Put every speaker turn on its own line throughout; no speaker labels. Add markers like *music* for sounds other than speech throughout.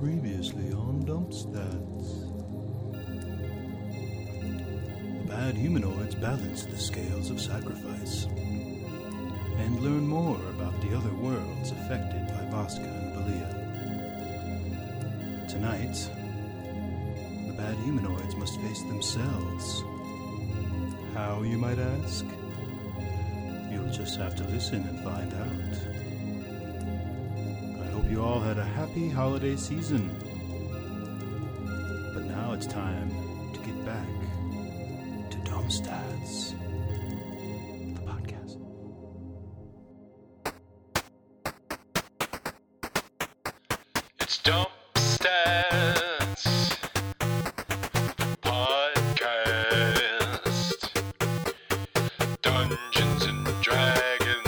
seriously on dump stats. The bad humanoids balance the scales of sacrifice and learn more about the other worlds affected by Vasca and Belia. Tonight, the bad humanoids must face themselves. How, you might ask? You'll just have to listen and find out. I hope you all had a happy holiday season. But now it's time to get back to Domstats, the podcast.
It's Dump Stats Podcast Dungeons and Dragons.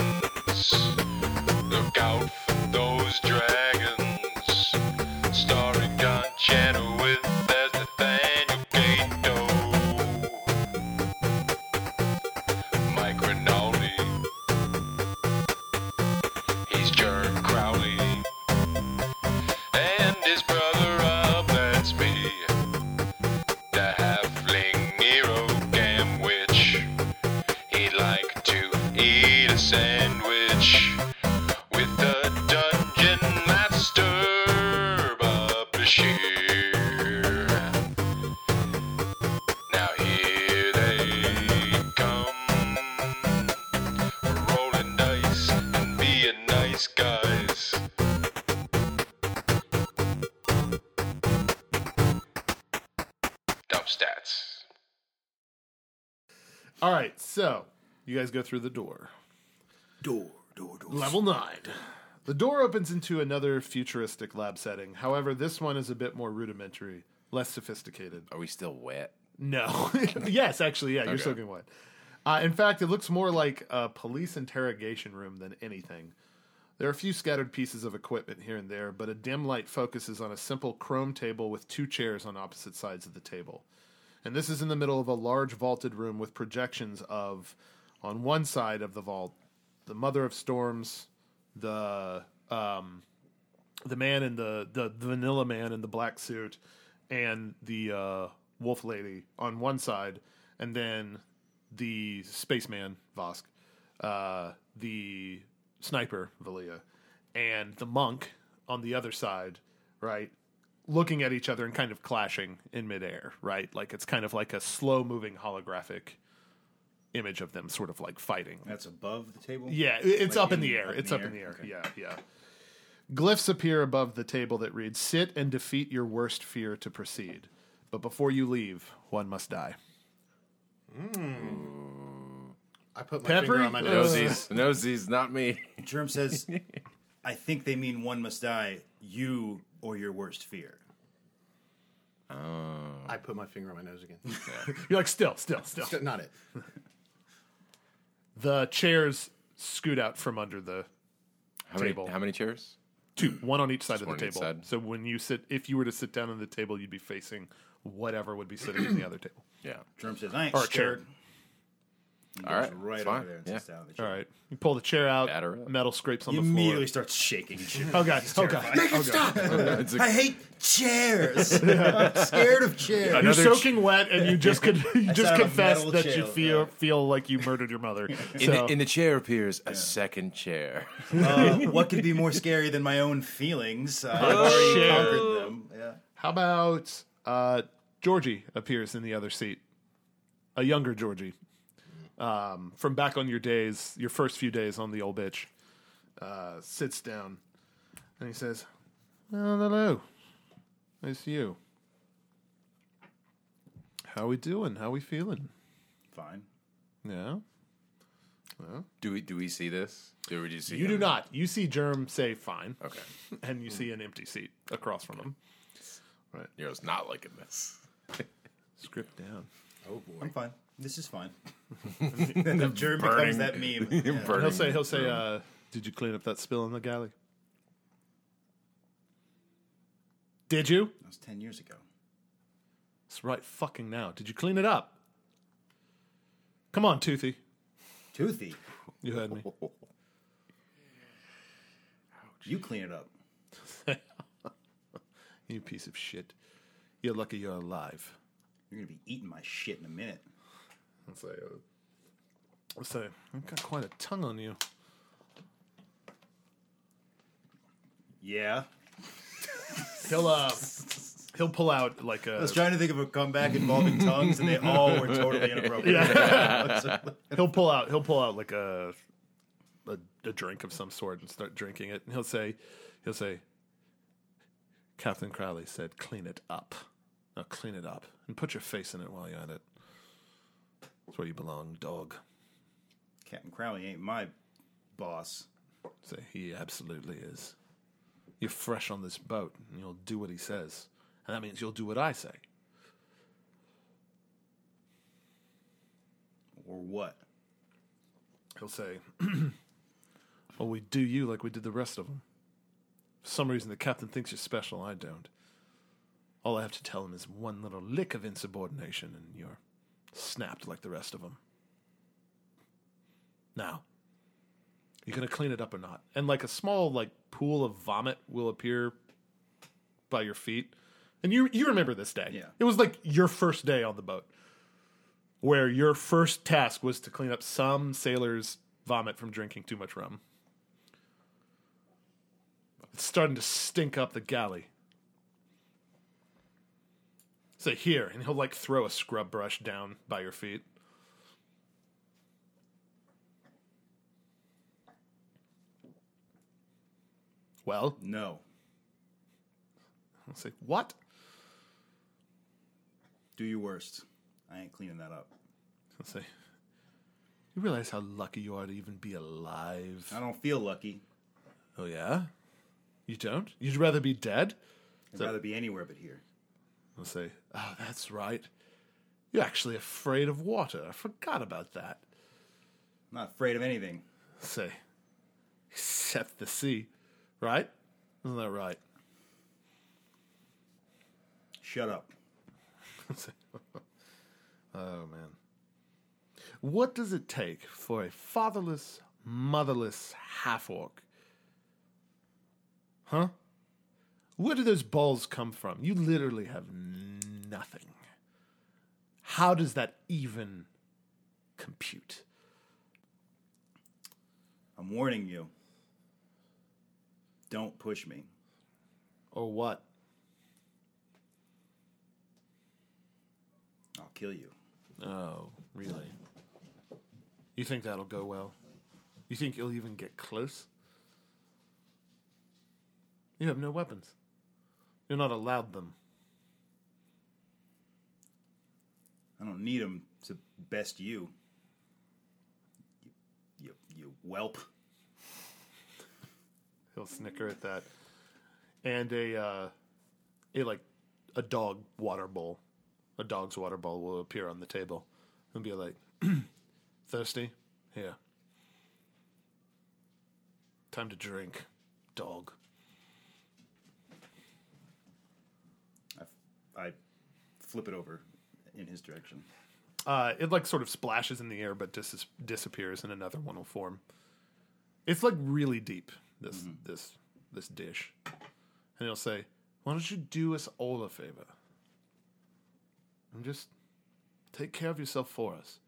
Look out for those dragons. Starring John Channel with as Nathaniel Gato. Mike Rinaldi. He's Jerk Crowley and his brother Rob, that's me. The halfling Nero Gamwich. He'd like to eat a sandwich with the dungeon master, Bob Bashir. Now here they come. We're rolling dice and being nice guys. Dump stats.
All right, so you guys go through the door.
Door, door, door.
Level nine. The door opens into another futuristic lab setting. However, this one is a bit more rudimentary, less sophisticated.
Are we still wet?
No. *laughs* yes, actually, yeah, you're still getting wet. Uh, in fact, it looks more like a police interrogation room than anything. There are a few scattered pieces of equipment here and there, but a dim light focuses on a simple chrome table with two chairs on opposite sides of the table. And this is in the middle of a large vaulted room with projections of, on one side of the vault, the Mother of Storms, the um, the man in the, the the vanilla man in the black suit and the uh, wolf lady on one side, and then the spaceman Vosk, uh, the sniper Valia, and the monk on the other side, right? Looking at each other and kind of clashing in midair, right? Like it's kind of like a slow moving holographic image of them sort of like fighting.
That's above the table.
Yeah, i- it's
Like
up in the air. It's up in the air.
Okay.
Yeah, yeah. Glyphs appear above the table that read Sit and defeat your worst fear to proceed. But before you leave, one must die. *laughs*
I put my
Peppery?
finger on my
Uh,
nose.
Nosies, nosies, not me.
Germ says,
*laughs*
"I think they mean one must die, you or your worst fear."
I put my finger on my nose again. *laughs*
You're like, still, still, still.
St- Not it.
The chairs scoot out from under the
How many,
Table.
how many chairs?
two, one on each side of
one
the
on each
table.
side.
So when you sit, if you were to sit down on the table, you'd be facing whatever would be sitting on the other table.
Yeah.
Germ says, "I ain't
Or a chair.
scared."
All right.
Right
it's
over
fine.
there, and
Yeah.
sits down on the
All
chair.
right. You pull the chair out,
Batter up.
metal scrapes on
He
the
immediately
floor.
starts shaking. and
*laughs*
shit.
Oh, God. Oh, God. Make it stop.
It's a-
I hate
*laughs*
chairs. *laughs* I'm scared of chairs.
You're
Another
soaking wet, and you just could *laughs* you just
sound a
confess
metal
that you
chill,
feel
yeah.
feel like you murdered
*laughs*
your mother.
in,
So-
the, in the chair appears a second
*laughs*
chair.
*laughs*
Uh, what could be more scary than my own feelings? Uh, I've already
shit.
conquered them. Yeah.
how about uh, Georgie appears in the other seat, a younger Georgie, um, from back on your days, your first few days on the old bitch, uh, sits down, and he says, "Well, hello, it's you. How we doing? How we feeling?
Fine.
Yeah."
Do we do we see this? Do we just see?
You do
him?
not. You see Germ say fine.
Okay.
*laughs* And you see an empty seat across from him.
Nero's not liking this.
Script down.
Oh boy.
I'm fine. This is fine. that germ becomes that meme. Yeah.
He'll
Burning.
say he'll say, uh, did you clean up that spill in the galley? Did you?
That was ten years ago.
It's right fucking now. Did you clean it up? Come on, Toothy.
Toothy,
You heard
*laughs*
me.
you clean it up.
You piece of shit. You're lucky you're alive.
You're gonna be eating my shit in a minute.
Let's say, uh, let's say, I've got quite a tongue on you.
Yeah.
He'll uh, he'll pull out like
I
a
was trying to think of a comeback involving tongues, and they all were totally inappropriate.
*laughs* he'll pull out he'll pull out like a, a a drink of some sort and start drinking it, and he'll say he'll say, Captain Crowley said, "Clean it up, now clean it up, and put your face in it while you're at it. It's where you belong, dog."
Captain Crowley ain't my boss.
Say he absolutely is. You're fresh on this boat, and you'll do what he says, and that means you'll do what I say.
Or what?
He'll say, *clears throat* "Well, we do you like we did the rest of them." For some reason, the captain thinks you're special. I don't. All I have to tell him is one little lick of insubordination, and you're snapped like the rest of them. Now, you gonna clean it up or not? And like a small like pool of vomit will appear by your feet, and you you remember this day.
Yeah.
it was like your first day on the boat, where your first task was to clean up some sailor's vomit from drinking too much rum. It's starting to stink up the galley. So here, and he'll like throw a scrub brush down by your feet. Well,
No.
I'll say, what?
Do your worst. I ain't cleaning that up.
I'll say, you realize how lucky you are to even be alive?
I don't feel lucky.
Oh, yeah? You don't? You'd rather be dead?
I'd rather be anywhere but here.
I'll say, oh, that's right. You're actually afraid of water. I forgot about that.
I'm not afraid of anything.
say, except the sea, right? Isn't that right?
Shut up.
*laughs* Oh, man. What does it take for a fatherless, motherless half orc? Huh? Where do those balls come from? You literally have nothing. How does that even compute?
I'm warning you. Don't push me.
Or what?
I'll kill you.
Oh, really? You think that'll go well? You think you'll even get close? You have no weapons. You're not allowed them.
I don't need him to best you. You, you, you whelp.
He'll snicker at that. And a, uh, a like, a dog water bowl, a dog's water bowl will appear on the table, and be like, *clears throat* "Thirsty? Here. Time to drink, dog."
I, I flip it over in his direction.
Uh, it like sort of splashes in the air, but dis- disappears, and another one will form. It's like really deep. This this this dish, and he'll say, "Why don't you do us all a favor and just take care of yourself for us?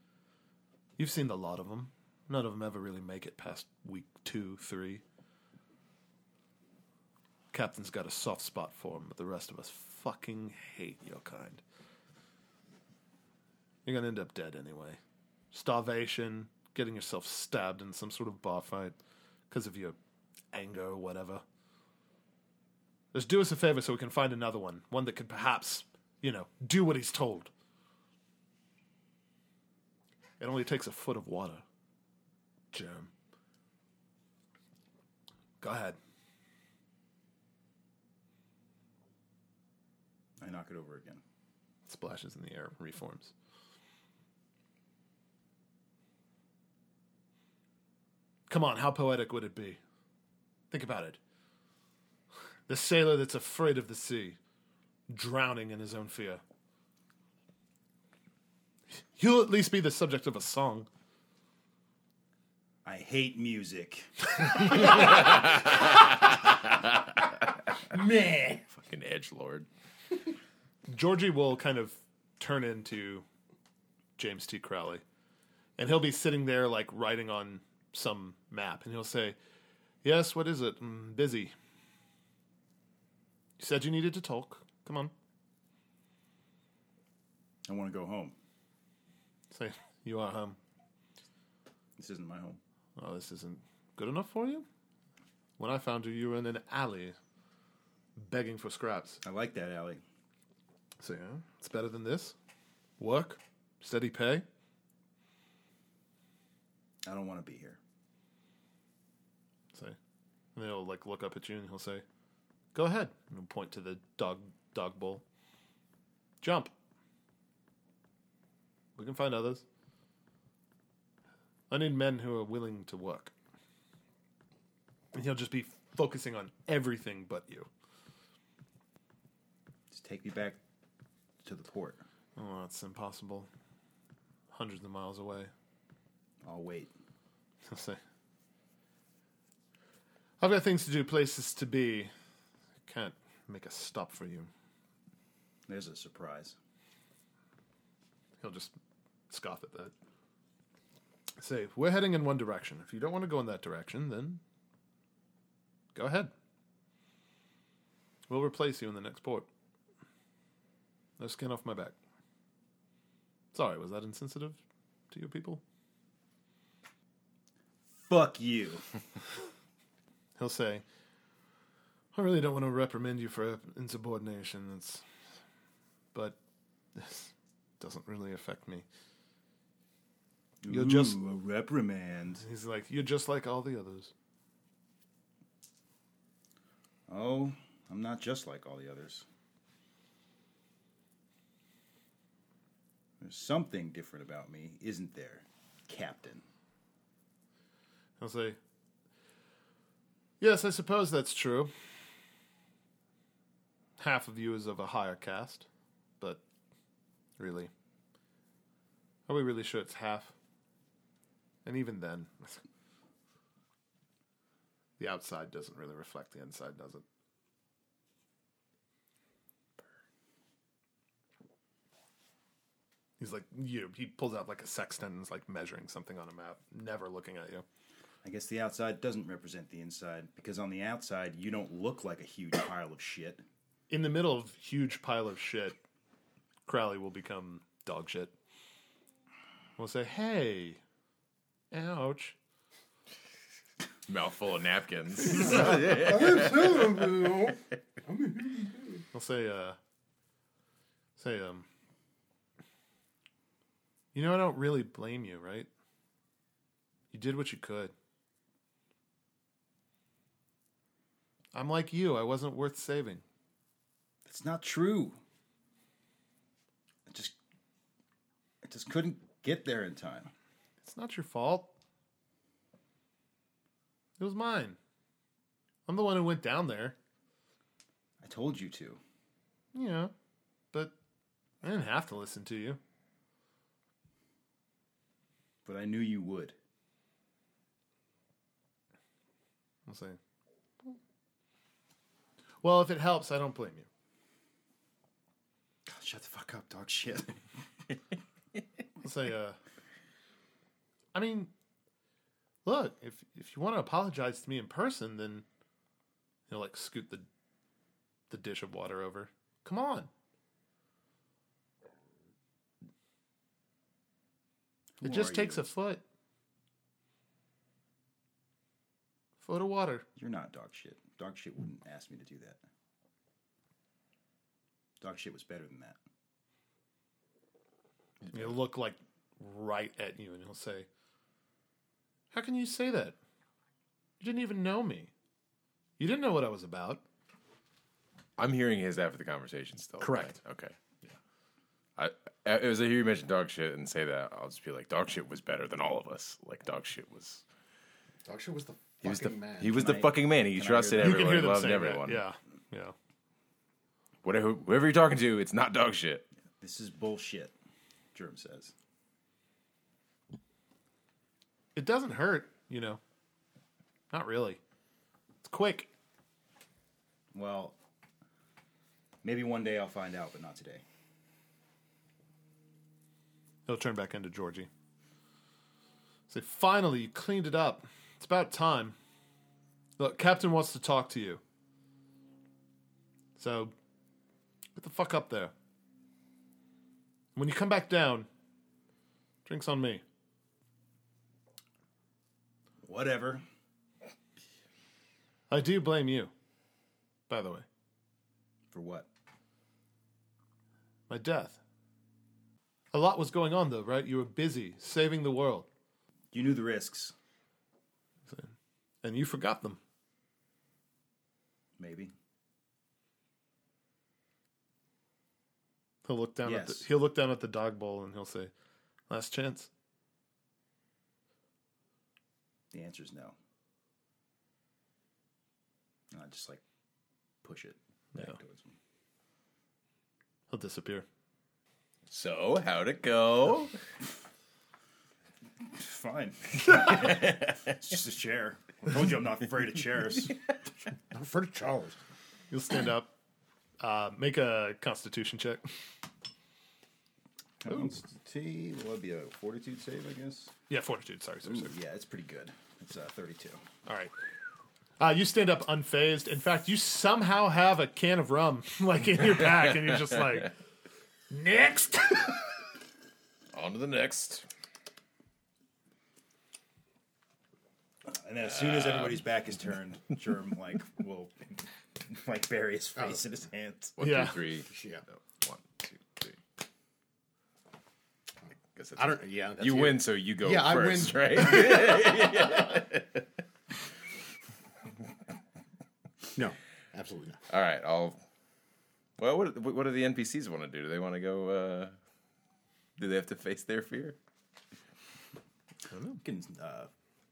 You've seen the lot of them. None of them ever really make it past week two, three. Captain's got a soft spot for 'em, but the rest of us fucking hate your kind." You're going to end up dead anyway. Starvation, getting yourself stabbed in some sort of bar fight because of your anger or whatever. Just do us a favor so we can find another one. One that could perhaps, you know, do what he's told. It only takes a foot of water. Germ. Go ahead.
I knock it over again.
Splashes in the air, reforms. Come on, how poetic would it be? Think about it. The sailor that's afraid of the sea, drowning in his own fear. You'll at least be the subject of a song.
I hate music.
Fucking edge lord.
Georgie will kind of turn into James T. Crowley. And he'll be sitting there, like, writing on some map. And he'll say, Yes, what is it? Mm, busy. You said you needed to talk. Come on.
I want to go home.
Say, You are home.
This isn't my home.
Oh, this isn't good enough for you? When I found you, you were in an alley begging for scraps.
I like that alley.
So, yeah, it's better than this. Work, steady pay.
I don't want to be here.
say. And he'll like look up at you and he'll say, "Go ahead." And he'll point to the dog dog bowl. Jump. We can find others. I need men who are willing to work. And he'll just be focusing on everything but you.
Just take me back to the port.
Oh, that's impossible. Hundreds of miles away. *laughs*
I'll wait.
He'll say, I've got things to do, places to be. Can't make a stop for you.
There's a surprise.
He'll just scoff at that. Say, we're heading in one direction. If you don't want to go in that direction, then go ahead. We'll replace you in the next port. No skin off my back. Sorry, was that insensitive to you people?
Fuck you.
He'll say, I really don't want to reprimand you for insubordination. It's, but this doesn't really affect me. You're just-
Ooh, a reprimand.
He's like, You're just like all the others.
Oh, I'm not just like all the others. There's something different about me, isn't there, Captain?
He'll say, Yes, I suppose that's true. Half of you is of a higher caste, but really. Are we really sure it's half? And even then, *laughs* the outside doesn't really reflect the inside, does it? He's like, you. He pulls out like a sextant and is like measuring something on a map, never looking at you.
I guess the outside doesn't represent the inside, because on the outside, you don't look like a huge pile of shit.
in the middle of huge pile of shit, Crowley will become dog shit. We'll say, "Hey, ouch!"
Mouthful of napkins.
I'll say, uh, say, um, you know, I don't really blame you, right? You did what you could. I'm like you. I wasn't worth saving.
That's not true. I just, I just couldn't get there in time.
It's not your fault. It was mine. I'm the one who went down there.
I told you to.
Yeah, but I didn't have to listen to you.
but I knew you would.
I'm saying. Well, if it helps, I don't blame you.
God, shut the fuck up, dog *laughs* shit.
I'll say, uh, I mean, look, if if you want to apologize to me in person, then you know, like scoot the the dish of water over. Come on.
Who
it just
are
takes
you?
a foot. Foot of water.
You're not dog shit. Dog shit wouldn't ask me to do that. Dog shit was better than that.
And He'll look like right at you and he'll say, How can you say that? You didn't even know me. You didn't know what I was about.
I'm hearing his after the conversation still.
Correct.
right? Okay. I, I, as I hear you mention dog shit and say that, I'll just be like, dog shit was better than all of us. Like, dog shit was.
Dog shit was the
He was the
fucking man.
he was the fucking man. He trusted
You can
everyone.
hear
He
them
loved
saying
everyone.
that. Yeah. Yeah.
Whatever, whoever you're talking to, it's not dog shit.
This is bullshit, Germ says.
It doesn't hurt, you know. Not really. It's quick.
Well, Maybe one day I'll find out, but not today.
He'll turn back into Georgie. Say, finally, you cleaned it up. It's about time. Look, Captain wants to talk to you. So, get the fuck up there. When you come back down, drinks on me.
Whatever.
I do blame you, by the way.
For what?
My death. A lot was going on, though, right? You were busy saving the world,
You knew the risks.
and you forgot them.
Maybe.
He'll look down at the
Yes.
he'll look down at the dog bowl and he'll say, "Last chance."
The answer is no. And I just like push it back
No.
towards him.
He'll disappear.
So how'd it *laughs* go?
Fine. it's just a chair. I told you I'm not afraid of chairs.
I'm afraid of Charles.
You'll stand up, uh, make a Constitution check. *laughs*
T would be a fortitude save, I guess.
Yeah, Fortitude. Sorry, sorry, sorry.
Yeah, it's pretty good. It's uh, 32.
All right. Uh, you stand up unfazed. In fact, you somehow have a can of rum *laughs* like in your pack, and you're
*laughs*
just like, next.
On to the next.
And then as soon as everybody's back is turned, Germ like will like bury his face in his hands.
One, two,
Yeah.
three.
Yeah.
No, one, two, three. I guess that's
I don't. Yeah. That's
You
it.
win, so you go
Yeah, I
first,
win.
right?
*laughs*
*laughs*
No.
*laughs*
Absolutely not.
All right, I'll. Well, what what do the NPCs want to do? Do they want to go? uh Do they have to face their fear?
You can, uh,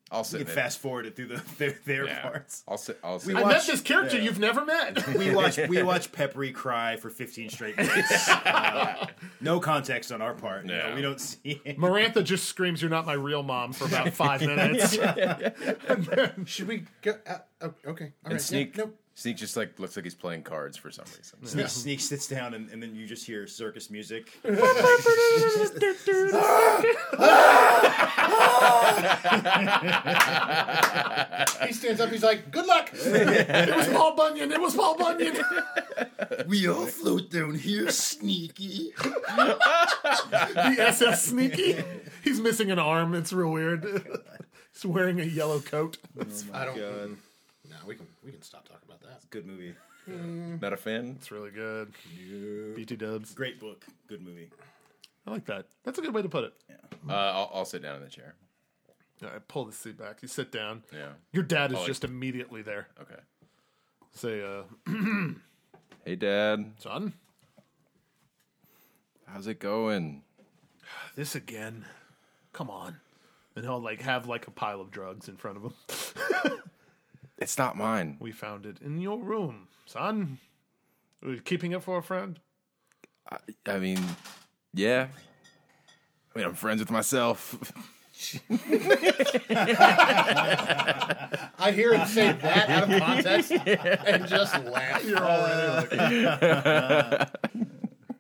I'll
you
sit.
can
in it.
fast forward it through the, their, their
Yeah.
parts.
I'll sit. I'll sit.
We
I
watch-
met this character you've never met.
*laughs*
We watch *laughs* we watch Peppery cry for 15 straight *laughs* minutes. Uh, no context on our part. you know,
Yeah.
we don't see it.
Marantha just screams, "You're not my real mom!" for about
*laughs*
five minutes.
Should we go? Uh, oh, okay. All right.
and sneak. *laughs*
Yeah, nope.
Sneak just like looks like he's playing cards for some reason.
Sneak, Sneak sits down, and, and then you just hear circus music.
He stands up. He's like,
*laughs*
"Good luck."
Oh
It was Paul Bunyan. It was Paul Bunyan.
*laughs* We all float down here, sneaky.
the SS Sneaky. He's missing an arm. It's real weird. He's wearing a yellow coat.
I don't. No, we can we can stop talking about that.
Good movie.
Not a fan.
It's really good. BT Dubs.
Great book. Good movie.
I like that. That's a good way to put it.
Uh, I'll, I'll sit down in the chair.
All right, pull the seat back. You sit down.
Yeah.
Your dad is
like-
just immediately there.
Okay.
Say, uh,
Hey, Dad.
son,
How's it going?
this again. Come on. And he'll like have like a pile of drugs in front of him.
It's not mine.
We found it in your room, son. Are you keeping it for a friend?
I mean, yeah. I mean, I'm friends with myself. *laughs*
I hear him say that out of context and just laugh.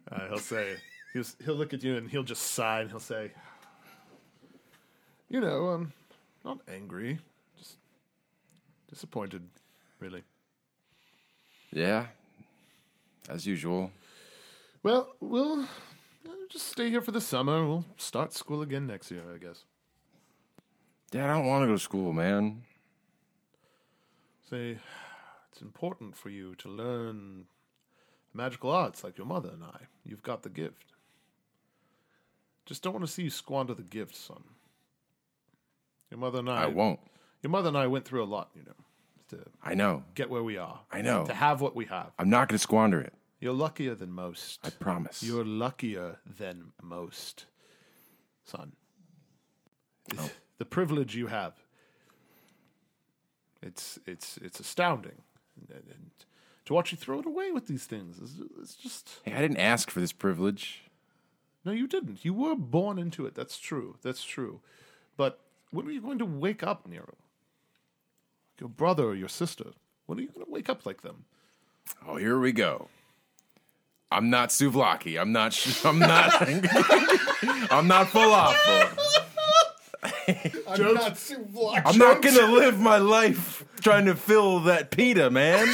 Uh, he'll say, he'll, he'll look at you and he'll just sigh and he'll say, You know, um, not angry, just disappointed, really.
yeah. As usual.
Well, we'll uh, just stay here for the summer. We'll start school again next year, I guess.
Dad, I don't want to go to school, man.
Say, it's important for you to learn magical arts like your mother and I. You've got the gift. Just don't want to see you squander the gift, son. Your mother and I,
I won't.
Your mother and I went through a lot, you know, to
I know.
get where we are.
I know.
To have what we have.
I'm not going to squander it.
You're luckier than most.
I promise.
You're luckier than most, son.
Oh.
The privilege you have. It's it's it's astounding. And, and to watch you throw it away with these things is it's just
Hey, I didn't ask for this privilege.
no, you didn't. You were born into it. That's true. That's true. But when are you going to wake up, Nero? Your brother or your sister? When are you going to wake up like them?
Oh, here we go. I'm not souvlaki. I'm not. sh- *laughs* I'm not. I'm not falafel.
I'm not so blocked.
I'm not gonna live my life trying to fill that pita, man.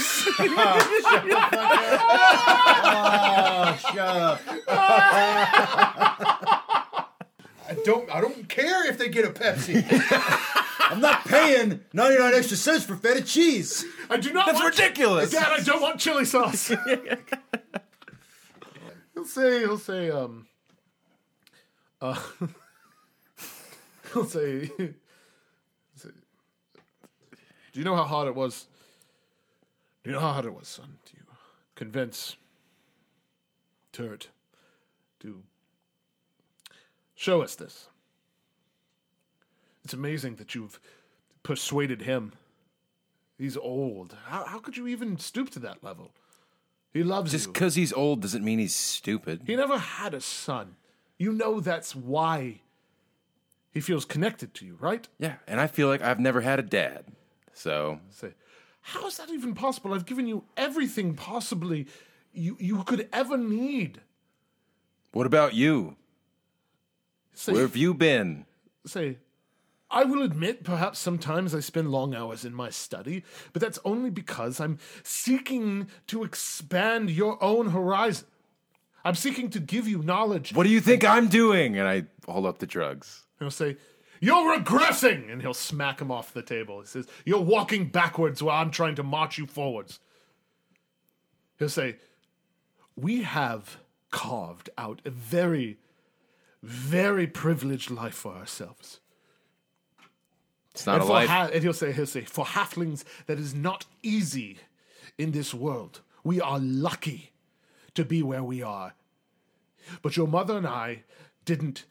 Shut
*laughs*
up.
*laughs* I don't. I don't care if they get a
*laughs*
Pepsi.
I'm not paying 99 extra cents for feta cheese.
I do not.
That's
want
ridiculous.
Dad, I don't want chili sauce. he'll say, he'll say, um, uh, *laughs* he'll say, he'll say, do you know how hard it was? Do you know how hard it was, son, to convince Turd to show us this? It's amazing that you've persuaded him. He's old. How, how could you even stoop to that level? He loves
Just
you.
because he's old doesn't mean he's stupid.
He never had a son. You know that's why he feels connected to you, right?
Yeah, and I feel like I've never had a dad. So
Say, how is that even possible? I've given you everything possibly you, you could ever need.
what about you?
Say,
Where have you been?
say, I will admit, perhaps sometimes I spend long hours in my study, but that's only because I'm seeking to expand your own horizon. I'm seeking to give you knowledge.
What do you think I'm doing? And I hold up the drugs.
He'll say, You're regressing! And he'll smack him off the table. He says, You're walking backwards while I'm trying to march you forwards. He'll say, We have carved out a very, very privileged life for ourselves.
It's not a
and, for
life.
ha- and he'll say, he'll say, For halflings, that is not easy in this world. We are lucky to be where we are. But your mother and I didn't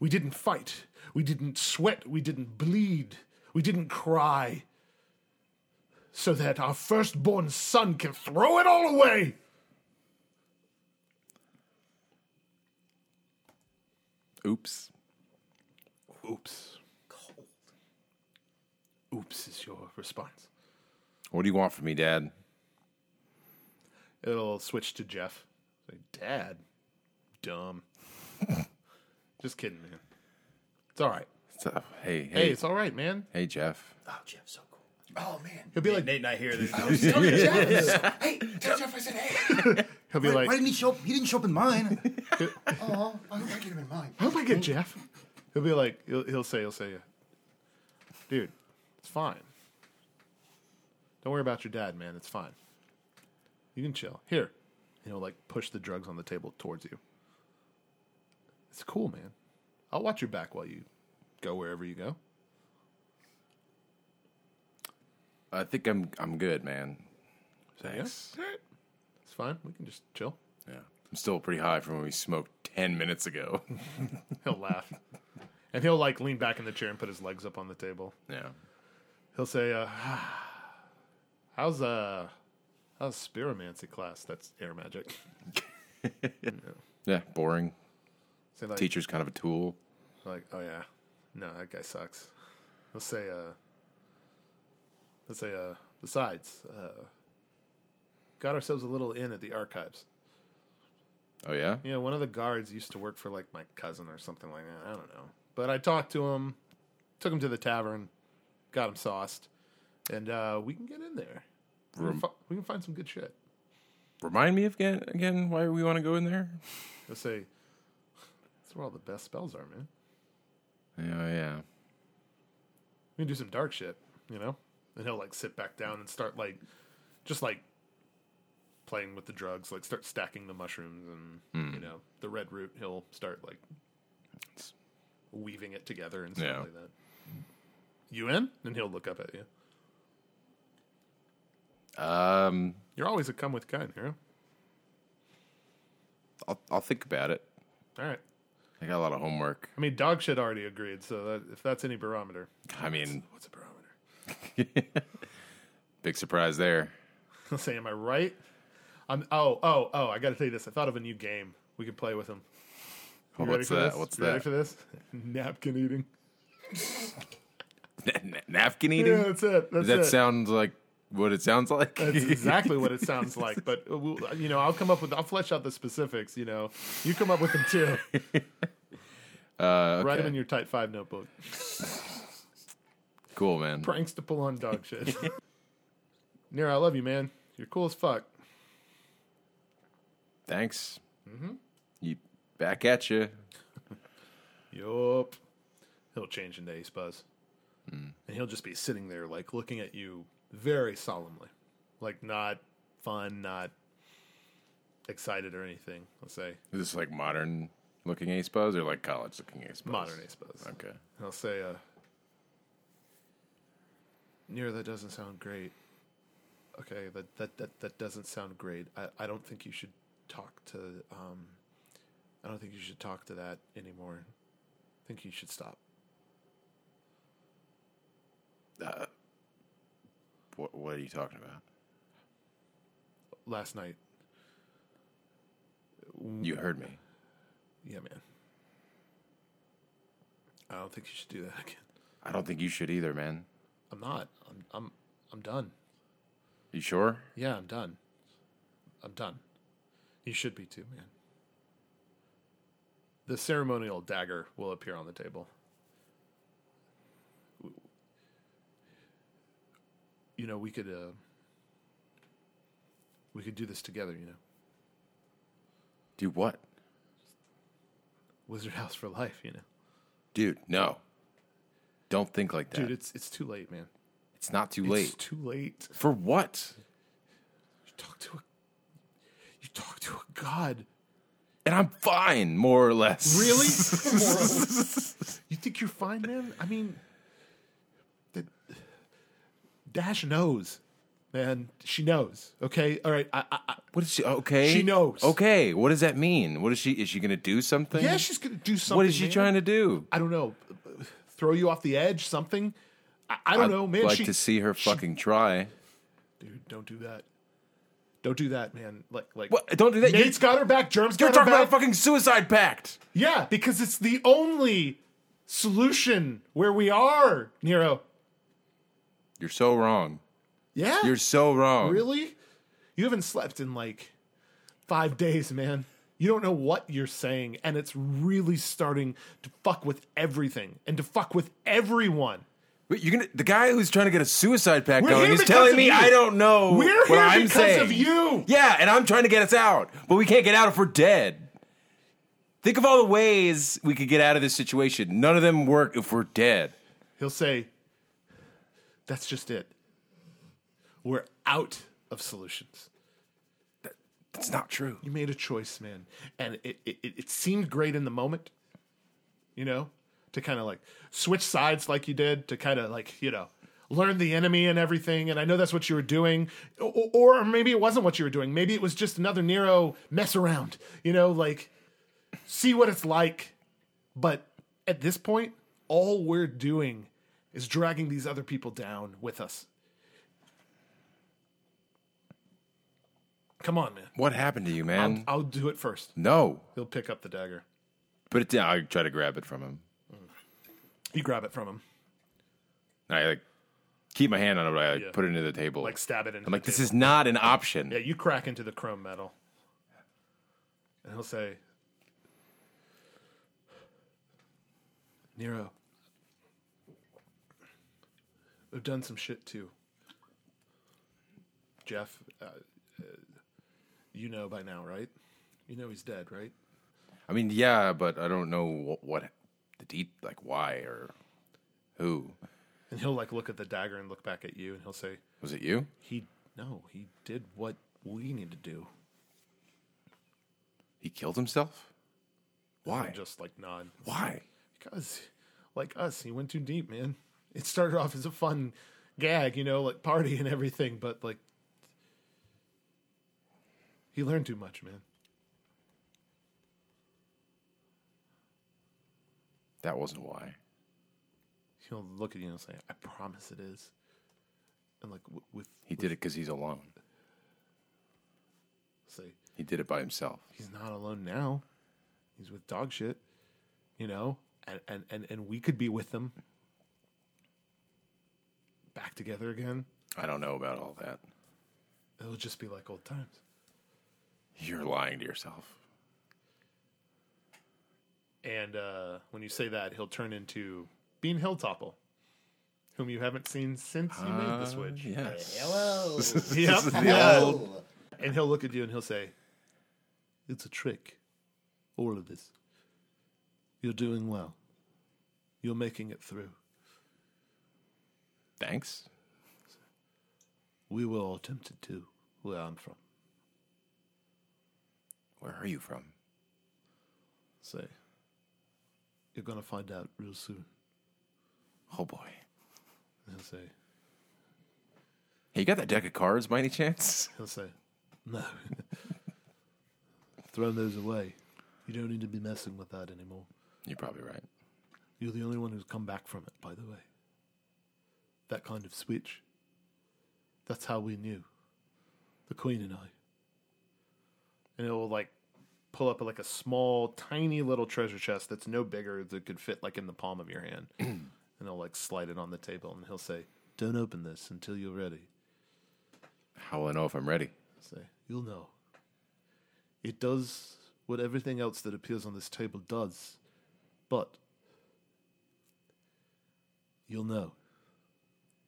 we didn't fight. We didn't sweat. We didn't bleed. We didn't cry. So that our firstborn son can throw it all away.
Oops.
Oops. Cold. Oops is your response.
What do you want from me, Dad?
It'll switch to Jeff. Say, Dad, dumb. *laughs* Just kidding, man. It's all right.
It's, uh, hey,
Hey,
hey, hey,
it's all right, man.
Jeff.
Oh, Jeff's so cool.
oh man.
He'll be like,
Nate and I hear this.
*laughs*
Hey, tell Jeff I said hey.
he'll be like,
Why didn't he show up? He didn't show up in mine.
Oh, I hope I get him in mind.
How do I get Jeff? He'll be like, he'll, he'll say, he'll say, dude, it's fine. Don't worry about your dad, man. It's fine. You can chill. Here. And he'll like push the drugs on the table towards you. It's cool, man. I'll watch your back while you go wherever you go.
I think I'm I'm good, man. Thanks.
Yeah, all right. It's fine. We can just chill.
Yeah. I'm still pretty high from when we smoked 10 minutes ago. *laughs*
He'll laugh. and he'll like lean back in the chair and put his legs up on the table.
yeah.
He'll say, uh, *sighs* "How's uh, how's spiromancy class? That's air magic."
Yeah, boring.
Say like,
Teacher's kind of a tool.
like, oh yeah, no, that guy sucks. He'll say, uh, let's say, uh, besides, uh, got ourselves a little inn at the archives.
Oh yeah?
Yeah, one of the guards used to work for like my cousin or something like that. I don't know, but I talked to him, took him to the tavern, got him sauced, and uh, we can get in there. We can,
Rem-
fi- we can find some good shit.
Remind me again again why we want to go in there?
They'll say, that's where all the best spells are, man.
Oh yeah.
We can do some dark shit, you know? And he'll like sit back down and start like, just like playing with the drugs, like start stacking the mushrooms and, you know, the red root. He'll start like weaving it together and stuff
Yeah.
like that. You in? And he'll look up at you.
Um
You're always a come with kind hero.
I'll I'll think about it.
All right.
I got a lot of homework.
I mean, dog shit already agreed, so that, if that's any barometer.
I mean,
What's a barometer? *laughs*
big surprise there.
I'll say, am I right? I'm. Oh, oh, oh! I got to tell you this. I thought of a new game we could play with him. You ready
What's
for
that?
This?
What's
you Ready
that?
for this? *laughs* Napkin eating.
Na- na- napkin eating?
Yeah, that's it. That's
that
it.
sounds like what it sounds like?
That's
*laughs*
exactly what it sounds like. But uh, we'll, you know, I'll come up with, I'll flesh out the specifics. You know, you come up with them too.
*laughs* Uh,
Write them
okay.
in your Type Five notebook. *laughs*
cool, man.
Pranks to pull on dog shit. *laughs* Nero, I love you, man. You're cool as fuck.
Thanks.
Mm-hmm.
You back at you.
Yup. He'll change into Ace Buzz. And he'll just be sitting there, like looking at you very solemnly. Like, not fun, not excited or anything. Let's say
Is this like modern looking ace buzz or like college looking ace buzz?
modern Ace Buzz.
Okay.
I'll say, uh, Nero, that doesn't sound great. Okay, that, that, that, that doesn't sound great. I, I don't think you should talk to, um, I don't think you should talk to that anymore. I think you should stop.
Uh, What, what are you talking about?
Last night,
You heard me.
yeah, man. I don't think you should do that *laughs* again.
I don't think you should either, man.
I'm not. I'm, I'm, I'm done.
You sure?
Yeah, I'm done. I'm done. You should be too, man. The ceremonial dagger will appear on the table. You know, we could uh we could do this together, you know.
Do what?
Wizard House for life, you know.
Dude, no. Don't think like that.
Dude, it's it's too late, man.
it's not too late.
It's too late.
For what?
You talk to a You talk to a god.
And I'm fine, more or less.
*laughs* Really? you think you're fine, man? I mean, the, Dash knows, man. She knows. Okay. All right. I, I, I,
What is she? Okay.
She knows.
Okay. What does that mean? What is she? Is she going to do something?
yeah, she's gonna do something.
What is she
man.
trying to do?
I don't know. Throw you off the edge? Something? I, I don't
I'd
know, man.
Like
she,
to see her fucking try.
dude, don't do that. Don't do that, man. Like, like.
What? Don't do that. You-
Nate's got her back. Germ's
You're
got her
talking about
back.
a fucking suicide pact.
yeah, because it's the only solution where we are, Nero.
You're so wrong.
Yeah.
You're so wrong.
Really? You haven't slept in like five days, man. You don't know what you're saying, and it's really starting to fuck with everything and to fuck with everyone.
Wait, you're gonna the guy who's trying to get a suicide pact
We're
going
here
is
because
telling
of
me
you.
I don't know
We're
what
here
I'm
because
saying.
of you.
Yeah, and I'm trying to get us out, but we can't get out if we're dead. Think of all the ways we could get out of this situation. None of them work if we're dead.
He'll say, That's just it. We're out of solutions.
That's not true.
You made a choice, man. And it, it, it it seemed great in the moment, you know, to kind of like switch sides like you did, to kind of like, you know, learn the enemy and everything. And I know that's what you were doing. Or, or maybe it wasn't what you were doing. Maybe it was just another Nero mess around, you know, like see what it's like. But at this point, all we're doing is dragging these other people down with us. Come on, man.
What happened to you, man?
I'll do it first.
no.
He'll pick up the dagger.
Put it down. I try to grab it from him.
You grab it from him,
I like keep my hand on it, but I like,
Yeah.
put it into the table.
like stab it into.
I'm like, this
is
is not an option.
yeah. You crack into the chrome metal, and he'll say, "Nero, we've done some shit too. Jeff, uh, uh, you know by now, right? You know he's dead, right?
I mean, yeah, but I don't know what, what the deep like why or who
And he'll like look at the dagger and look back at you, and he'll say."
was it you?
He no, he did what we need to do.
He killed himself.
And
Why?
Just like nod.
Why?
Because like us, he went too deep, man. It started off as a fun gag, you know, like party and everything, but like he learned too much, man.
That wasn't why.
He'll look at you and say, "I promise it is." And like w- with
He did it because he's alone.
say,
He did it by himself.
he's not alone now. He's with dog shit, you know, and and and, and we could be with them back together again.
I don't know about all that.
It'll just be like old times.
You're lying to yourself.
And uh, when you say that, he'll turn into Bean Hilltopple, whom you haven't seen since you made the switch.
Yes. *laughs*
Hello.
Yep.
Hello.
And he'll look at you and he'll say, It's a trick. All of this. You're doing well. You're making it through.
Thanks.
We were all tempted to, where I'm from.
Where are you from?
Say, You're going to find out real soon.
Oh boy.
He'll say,
Hey, you got that deck of cards by any chance? *laughs*
He'll say, No. *laughs* Throw those away. You don't need to be messing with that anymore.
You're probably right.
You're the only one who's come back from it, by the way. That kind of switch. That's how we knew. The Queen and I. And it will like pull up like a small, tiny little treasure chest that's no bigger that could fit like in the palm of your hand. and he'll like slide it on the table and he'll say, Don't open this until you're ready.
How will I know if I'm ready?
Say, you'll know. It does what everything else that appears on this table does, but you'll know.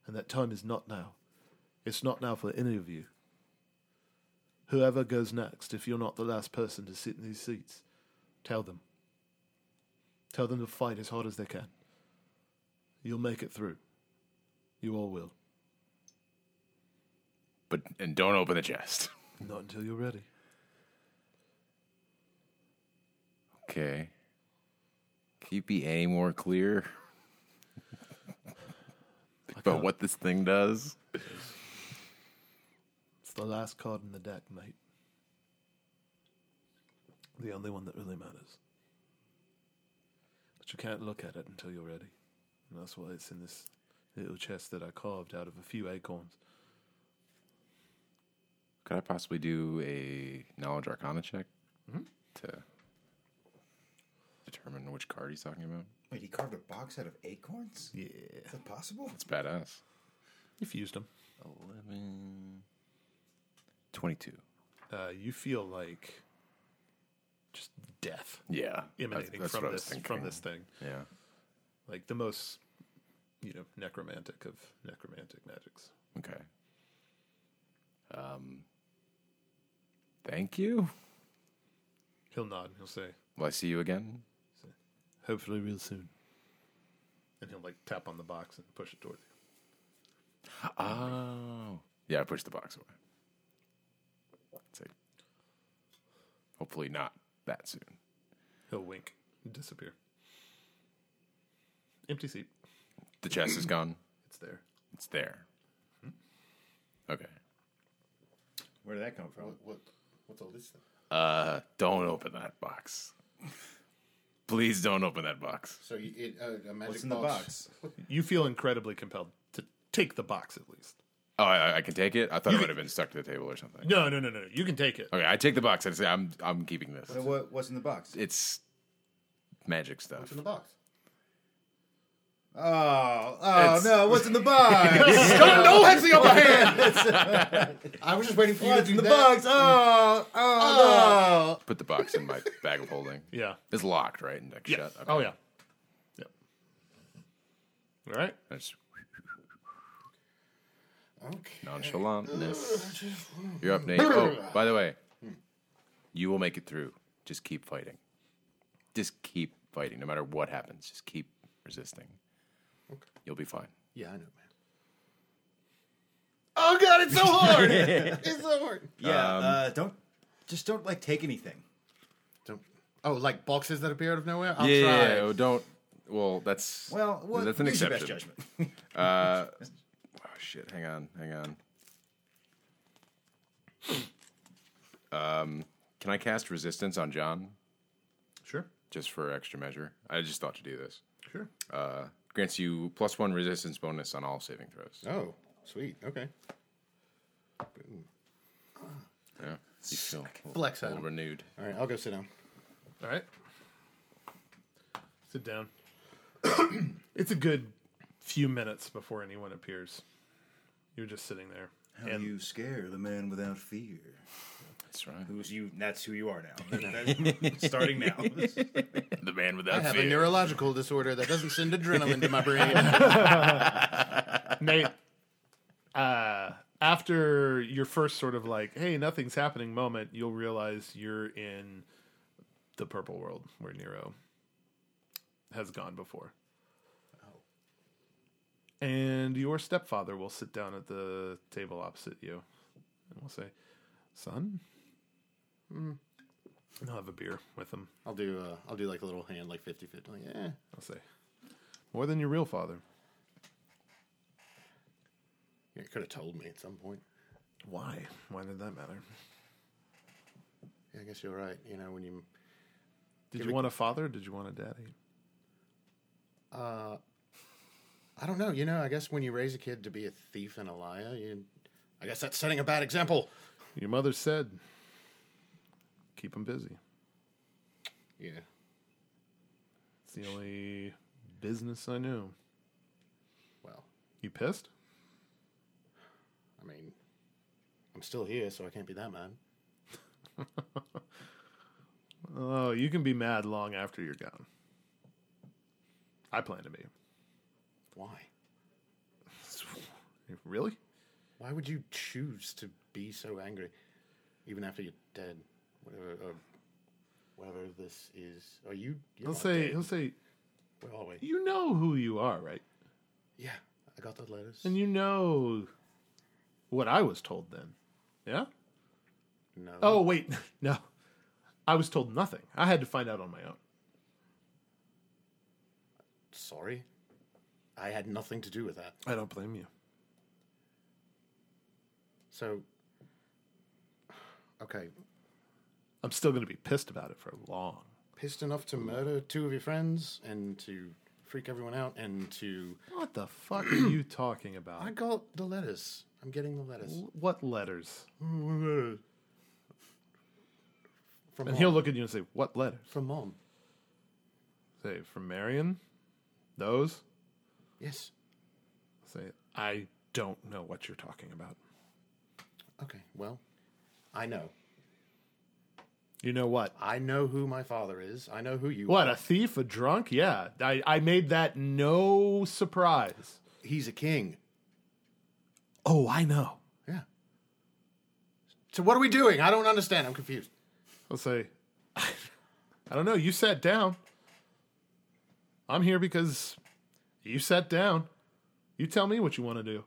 And that time is not now. It's not now for any of you. Whoever goes next, if you're not the last person to sit in these seats, tell them. Tell them to fight as hard as they can. You'll make it through. You all will.
But and don't open the chest. *laughs*
Not until you're ready.
Okay. Can you be any more clear *laughs* about what this thing does?
It's the last card in the deck, mate. The only one that really matters. But you can't look at it until you're ready. And that's why it's in this little chest that I carved out of a few acorns.
Could I possibly do a knowledge arcana check
Mm-hmm.
to determine which card he's talking about?
Wait, he carved a box out of acorns?
Yeah.
Is that possible?
It's badass.
You fused them.
11. 22.
Uh, you feel like just death
Yeah.
emanating
that's what
from
I was
this from
thinking.
this thing.
Yeah.
Like the most, you know, necromantic of necromantic magics.
Okay. Um, thank you.
He'll nod and he'll say,
Will I see you again?
"Hopefully, real soon." And he'll like tap on the box and push it towards you.
Oh. Yeah, I pushed the box away. Say, hopefully not that soon.
He'll wink and disappear. Empty seat.
The chest is gone.
It's there.
It's there. Okay.
Where did that come from?
What, what's all this thing?
Uh, don't open that box. Please don't open that box.
So you, it, uh, a magic
What's in the box?
You feel incredibly compelled to take the box at least.
Oh, I, I can take it. I thought it would have been stuck to the table or something.
No, no, no, no. You can take it.
Okay, I take the box. I say I'm I'm keeping this.
What, *laughs* what, what's in the box?
It's magic stuff.
What's in the box?
Oh, oh no, what's in the *laughs* box?
no hexing *laughs* on my hand! I was just waiting for you to
what's
do
in the
that.
box? Oh, oh, no.
Put the box in my bag of holding.
Yeah.
It's locked, right? And like shut. Okay.
Oh yeah. Yep. All right.
I just-
Okay.
nonchalantness. You're up, Nate. Oh, by the way, you will make it through. Just keep fighting. Just keep fighting, no matter what happens. Just keep resisting. You'll be fine.
Yeah, I know, man. Oh god, it's so *laughs* hard! it's so hard.
Yeah, uh, don't just don't like take anything.
Don't, oh, like boxes that appear out of nowhere? I'll
yeah,
try.
yeah, yeah, oh, Don't. Well, that's
Well, what,
that's an
use your
exception.
best judgment.
Oh shit! Hang on, hang on. Um, Um, can I cast resistance on John
Sure.
just for extra measure? I just thought to do this.
Sure.
Uh, grants you plus one resistance bonus on all saving throws.
Oh, sweet. Okay.
Yeah, you feel
Flex
a little
item.
renewed.
All right, I'll go sit down.
All right. Sit down. *coughs* it's a good few minutes before anyone appears. You're just sitting there.
How do you scare the man without fear?
That's right.
Who's you? That's who you are *laughs* now. Starting *laughs* now.
*laughs* The man
I
without
have a
fear.
neurological disorder that doesn't send adrenaline to my brain. *laughs*
Nate, uh, after your first sort of like, hey, nothing's happening moment, you'll realize you're in the purple world where Nero has gone before. And your stepfather will sit down at the table opposite you and will say, son? Mm. And I'll have a beer with him.
I'll do uh, I'll do like a little hand like 50 50 like eh.
I'll say, more than your real father.
You could have told me at some point.
Why? Why did that matter?
Yeah, I guess you're right. You know when you
Did you want a father? Did you want a daddy?
uh, I don't know. You know I guess when you raise a kid to be a thief and a liar, you I guess that's setting a bad example.
Your mother said, keep them busy.
Yeah.
It's the only business I knew.
Well,
You pissed?
I mean, I'm still here, so I can't be that mad.
Oh, you can be mad long after you're gone. I plan to be. *sighs*
Why?
Really?
Why would you choose to be so angry, even after you're dead? Whatever, or whatever this is. Are you? You're
He'll
not
say,
dead.
he'll say,
Where are we?
you know who you are, right?
Yeah, I got the letters.
And you know what I was told then. Yeah?
no.
Oh, wait. *laughs* No. I was told nothing. I had to find out on my own.
sorry. I had nothing to do with that.
I don't blame you.
So, okay,
I'm still going to be pissed about it for long.
pissed enough to murder two of your friends and to freak everyone out and to
What the *clears throat* fuck are you talking about?
I got the letters. I'm getting the letters.
L- What letters?
From
And he'll
mom.
look at you and say, What letters?
From mom.
Say, From Marion? Those?
Yes.
Say, I don't know what you're talking about.
Okay. Well, I know.
You know what?
I know who my father is. I know who you
What,
are.
a thief, a drunk? Yeah. I, I made that no surprise.
He's a king.
Oh, I know.
Yeah. So what are we doing? I don't understand. I'm confused.
I'll say, I don't know. You sat down. I'm here because you sat down. You tell me what you want to do.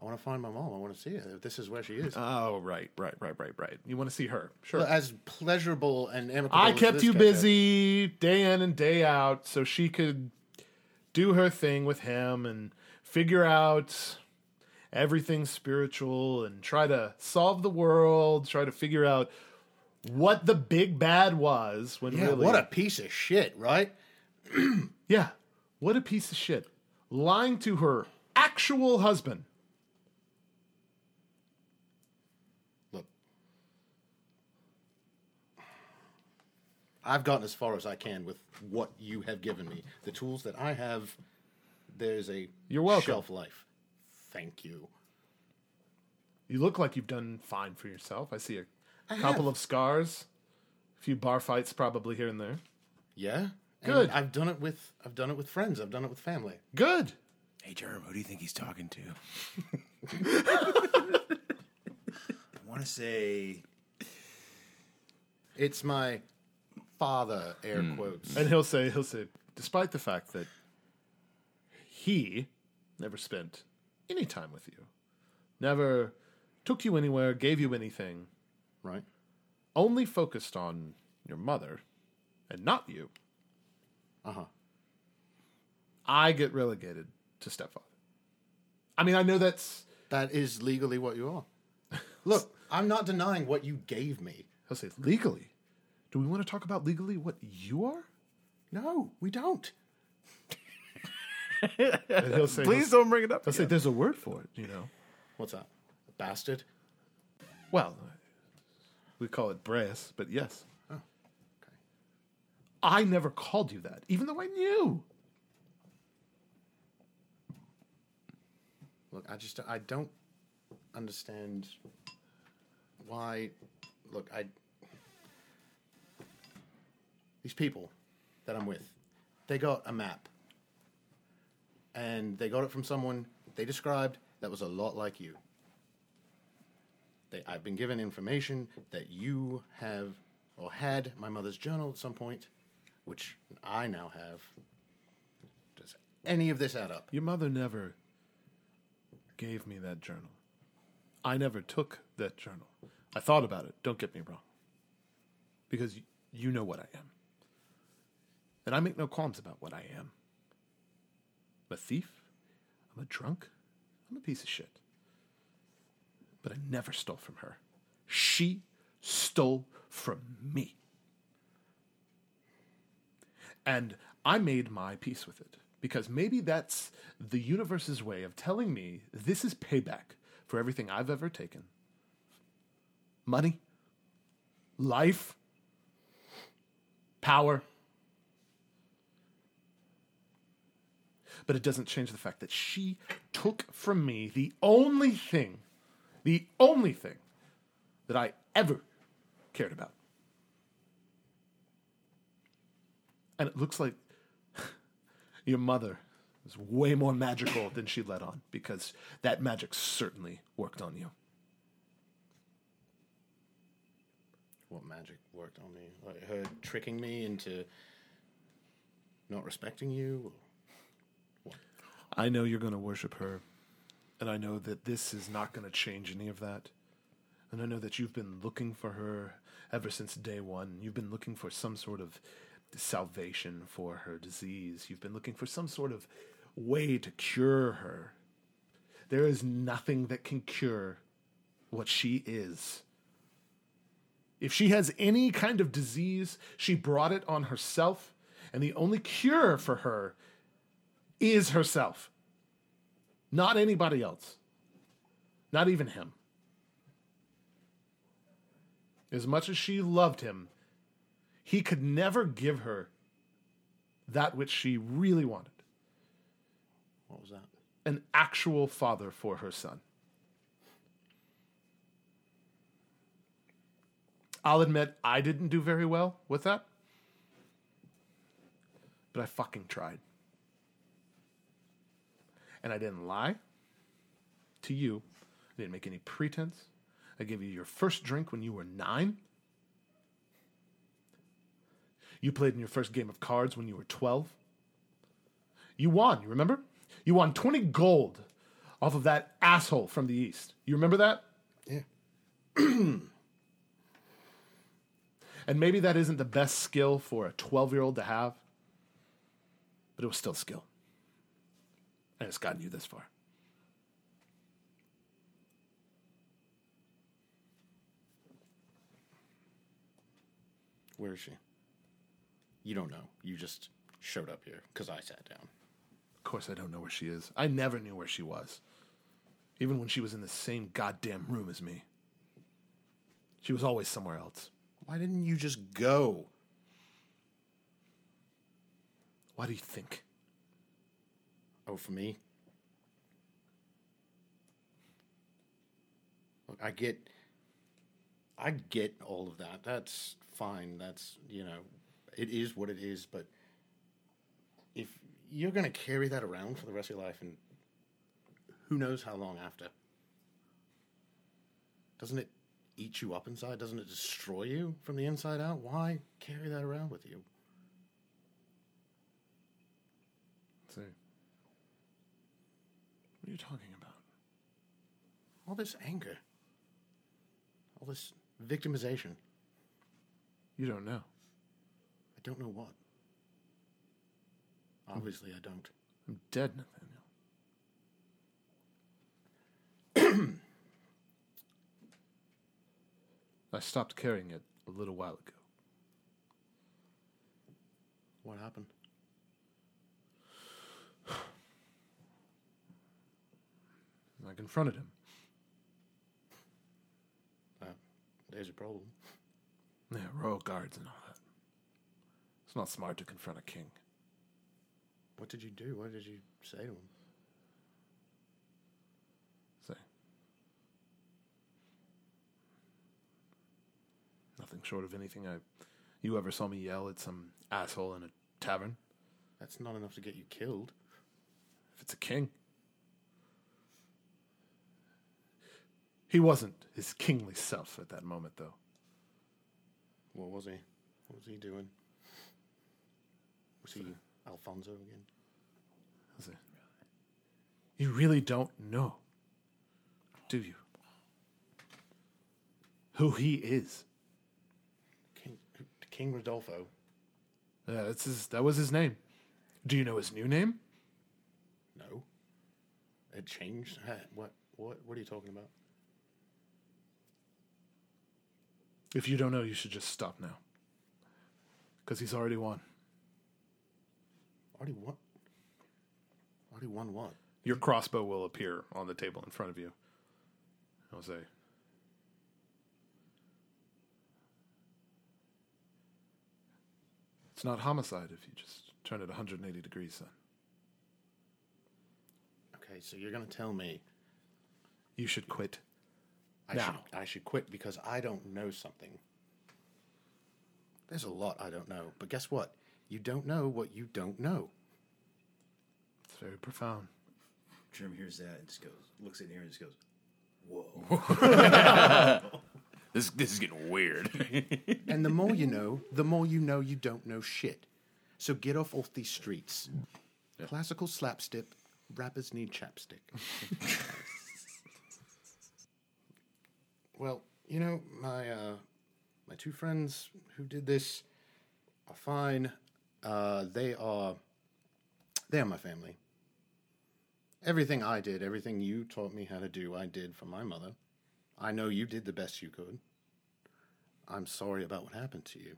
I want to find my mom. I want to see her. This is where she is.
Oh, right, right, right, right, right. You want to see her? Sure.
Well, as pleasurable and amicable.
I
as
kept
this
you
guy is.
busy day in and day out so she could do her thing with him and figure out everything spiritual and try to solve the world, try to figure out what the big bad was when
Yeah,
really
what a piece of shit, right?
Yeah. What a piece of shit. Lying to her actual husband.
Look, I've gotten as far as I can with what you have given me. The tools that I have, there's a
You're welcome.
shelf life. Thank you.
You look like you've done fine for yourself. I see a couple of scars, a few bar fights probably here and there.
Yeah,
Good.
And I've done it with I've done it with friends. I've done it with family.
Good.
Hey, Jerm, who do you think he's talking to?
*laughs* I want to say
It's my father, air quotes.
And he'll say, he'll say, despite the fact that he never spent any time with you, never took you anywhere, gave you anything,
Right?
only focused on your mother and not you,
Uh
Uh-huh.
huh.
I get relegated to stepfather. I mean, I know that's
That is legally what you are. Look, I'm not denying what you gave me.
He'll say, legally? Do we want to talk about legally what you are?
No, we *laughs* don't.
And he'll say,
Please
he'll,
don't bring it up.
he'll say, there's a word for it, you know.
What's that? Bastard.
Well, we call it brass, but yes. I never called you that, even though I knew.
Look, I just I don't understand why. Look, I these people that I'm with, they got a map, and they got it from someone they described that was a lot like you. They, I've been given information that you have or had my mother's journal at some point, which I now have. Does any of this add up?
Your mother never gave me that journal. I never took that journal. I thought about it, don't get me wrong. Because y- you know what I am. And I make no qualms about what I am. I'm a thief. I'm a drunk. I'm a piece of shit. But I never stole from her. She stole from me. And I made my peace with it because maybe that's the universe's way of telling me this is payback for everything I've ever taken money, life, power. But it doesn't change the fact that she took from me the only thing, the only thing that I ever cared about. And it looks like *laughs* your mother was way more magical than she let on because that magic certainly worked on you.
What magic worked on me? Like her tricking me into not respecting you?
I know you're going to worship her, and I know that this is not going to change any of that. And I know that you've been looking for her ever since day one. You've been looking for some sort of salvation for her disease. You've been looking for some sort of way to cure her. There is nothing that can cure what she is. If she has any kind of disease, she brought it on herself, and the only cure for her is herself, not anybody else, not even him. As much as she loved him, he could never give her that which she really wanted
What was that?
an actual father for her son. I'll admit I didn't do very well with that, but I fucking tried. And I didn't lie to you, I didn't make any pretense. I gave you your first drink when you were nine. You played in your first game of cards when you were 12. You won, you remember? You won 20 gold off of that asshole from the East. You remember that?
Yeah.
*clears throat* And maybe that isn't the best skill for a 12 year old to have, but it was still skill. And it's gotten you this far.
Where is she? You don't know. You just showed up here because I sat down.
Of course, I don't know where she is. I never knew where she was, even when she was in the same goddamn room as me. She was always somewhere else.
Why didn't you just go?
Why do you think?
Oh, for me? Look, I get. I get all of that. That's fine. That's, you know, it is what it is, but if you're going to carry that around for the rest of your life and who knows how long after, doesn't it eat you up inside? Doesn't it destroy you from the inside out? Why carry that around with you?
See. What are you talking about?
All this anger, all this victimization.
You don't know.
I don't know what. Obviously, I don't.
I'm dead, Nathaniel. *clears throat* I stopped carrying it a little while ago.
What happened?
And I confronted him.
Uh, there's a problem.
Yeah, royal guards and all that. It's not smart to confront a king.
What did you do? What did you say to him?
nothing short of anything I you ever saw me yell at some asshole in a tavern.
That's not enough to get you killed.
If it's a king. He wasn't his kingly self at that moment though.
What was he? What was he doing? Was he Alfonso again?
I said, You really don't know, do you? Who he is.
King, King Rodolfo.
Yeah, that's his, that was his name. Do you know his new name?
No. It changed. Huh, What? What? What are you talking about?
If you don't know, you should just stop now. Because he's already won.
Already won. Already won what?
Your crossbow will appear on the table in front of you. I'll say, It's not homicide if you just turn it 180 degrees, son.
Okay, so you're gonna tell me
You should quit.
I
Now.
should I should quit because I don't know something. There's a lot I don't know, but guess what? You don't know what you don't know.
It's very profound.
Trim hears that and just goes, looks in here and just *laughs* goes,
This this is getting weird.
*laughs* And the more you know, the more you know you don't know shit. So get off off these streets. Classical slapstick. Rappers need chapstick. well, you know my uh, my two friends who did this are fine. Uh, they are they are my family. Everything I did, everything you taught me how to do, I did for my mother. I know you did the best you could. I'm sorry about what happened to you.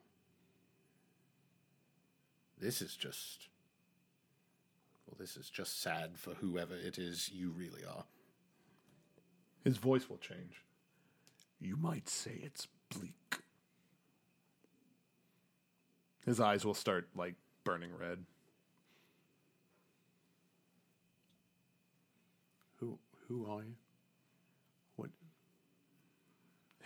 This is just. Well, this is just sad for whoever it is you really are.
His voice will change.
You might say it's bleak.
His eyes will start, like, burning red.
Who who are you? What?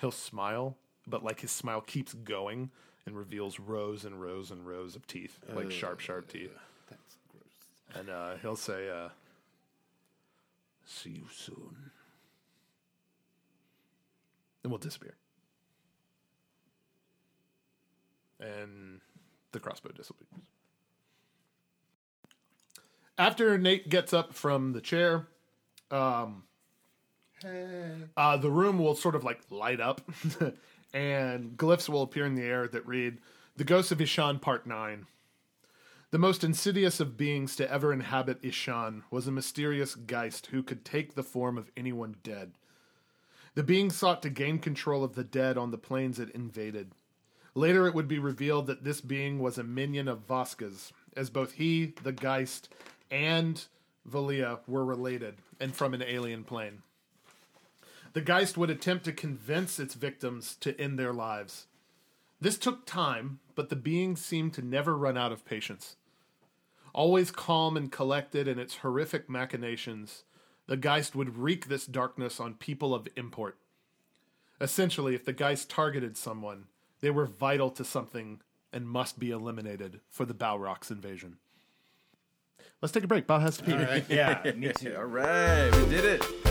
He'll smile, but, like, his smile keeps going and reveals rows and rows and rows of teeth, like sharp, sharp teeth.
Uh, That's gross.
And uh, he'll say, uh,
See you soon.
and will disappear. And the crossbow disappears. After Nate gets up from the chair, um, uh, the room will sort of like light up, *laughs* and glyphs will appear in the air that read The Ghost of Ishan, Part 9. The most insidious of beings to ever inhabit Ishan was a mysterious geist who could take the form of anyone dead. The being sought to gain control of the dead on the plains it invaded. Later, it would be revealed that this being was a minion of Vasquez, as both he, the Geist, and Valia were related and from an alien plane. The Geist would attempt to convince its victims to end their lives. This took time, but the being seemed to never run out of patience. Always calm and collected in its horrific machinations, the Geist would wreak this darkness on people of import. Essentially, if the Geist targeted someone, they were vital to something and must be eliminated for the Balrog's invasion. Let's take a break. Bao has to pee.
yeah, me too.
All right, we did it.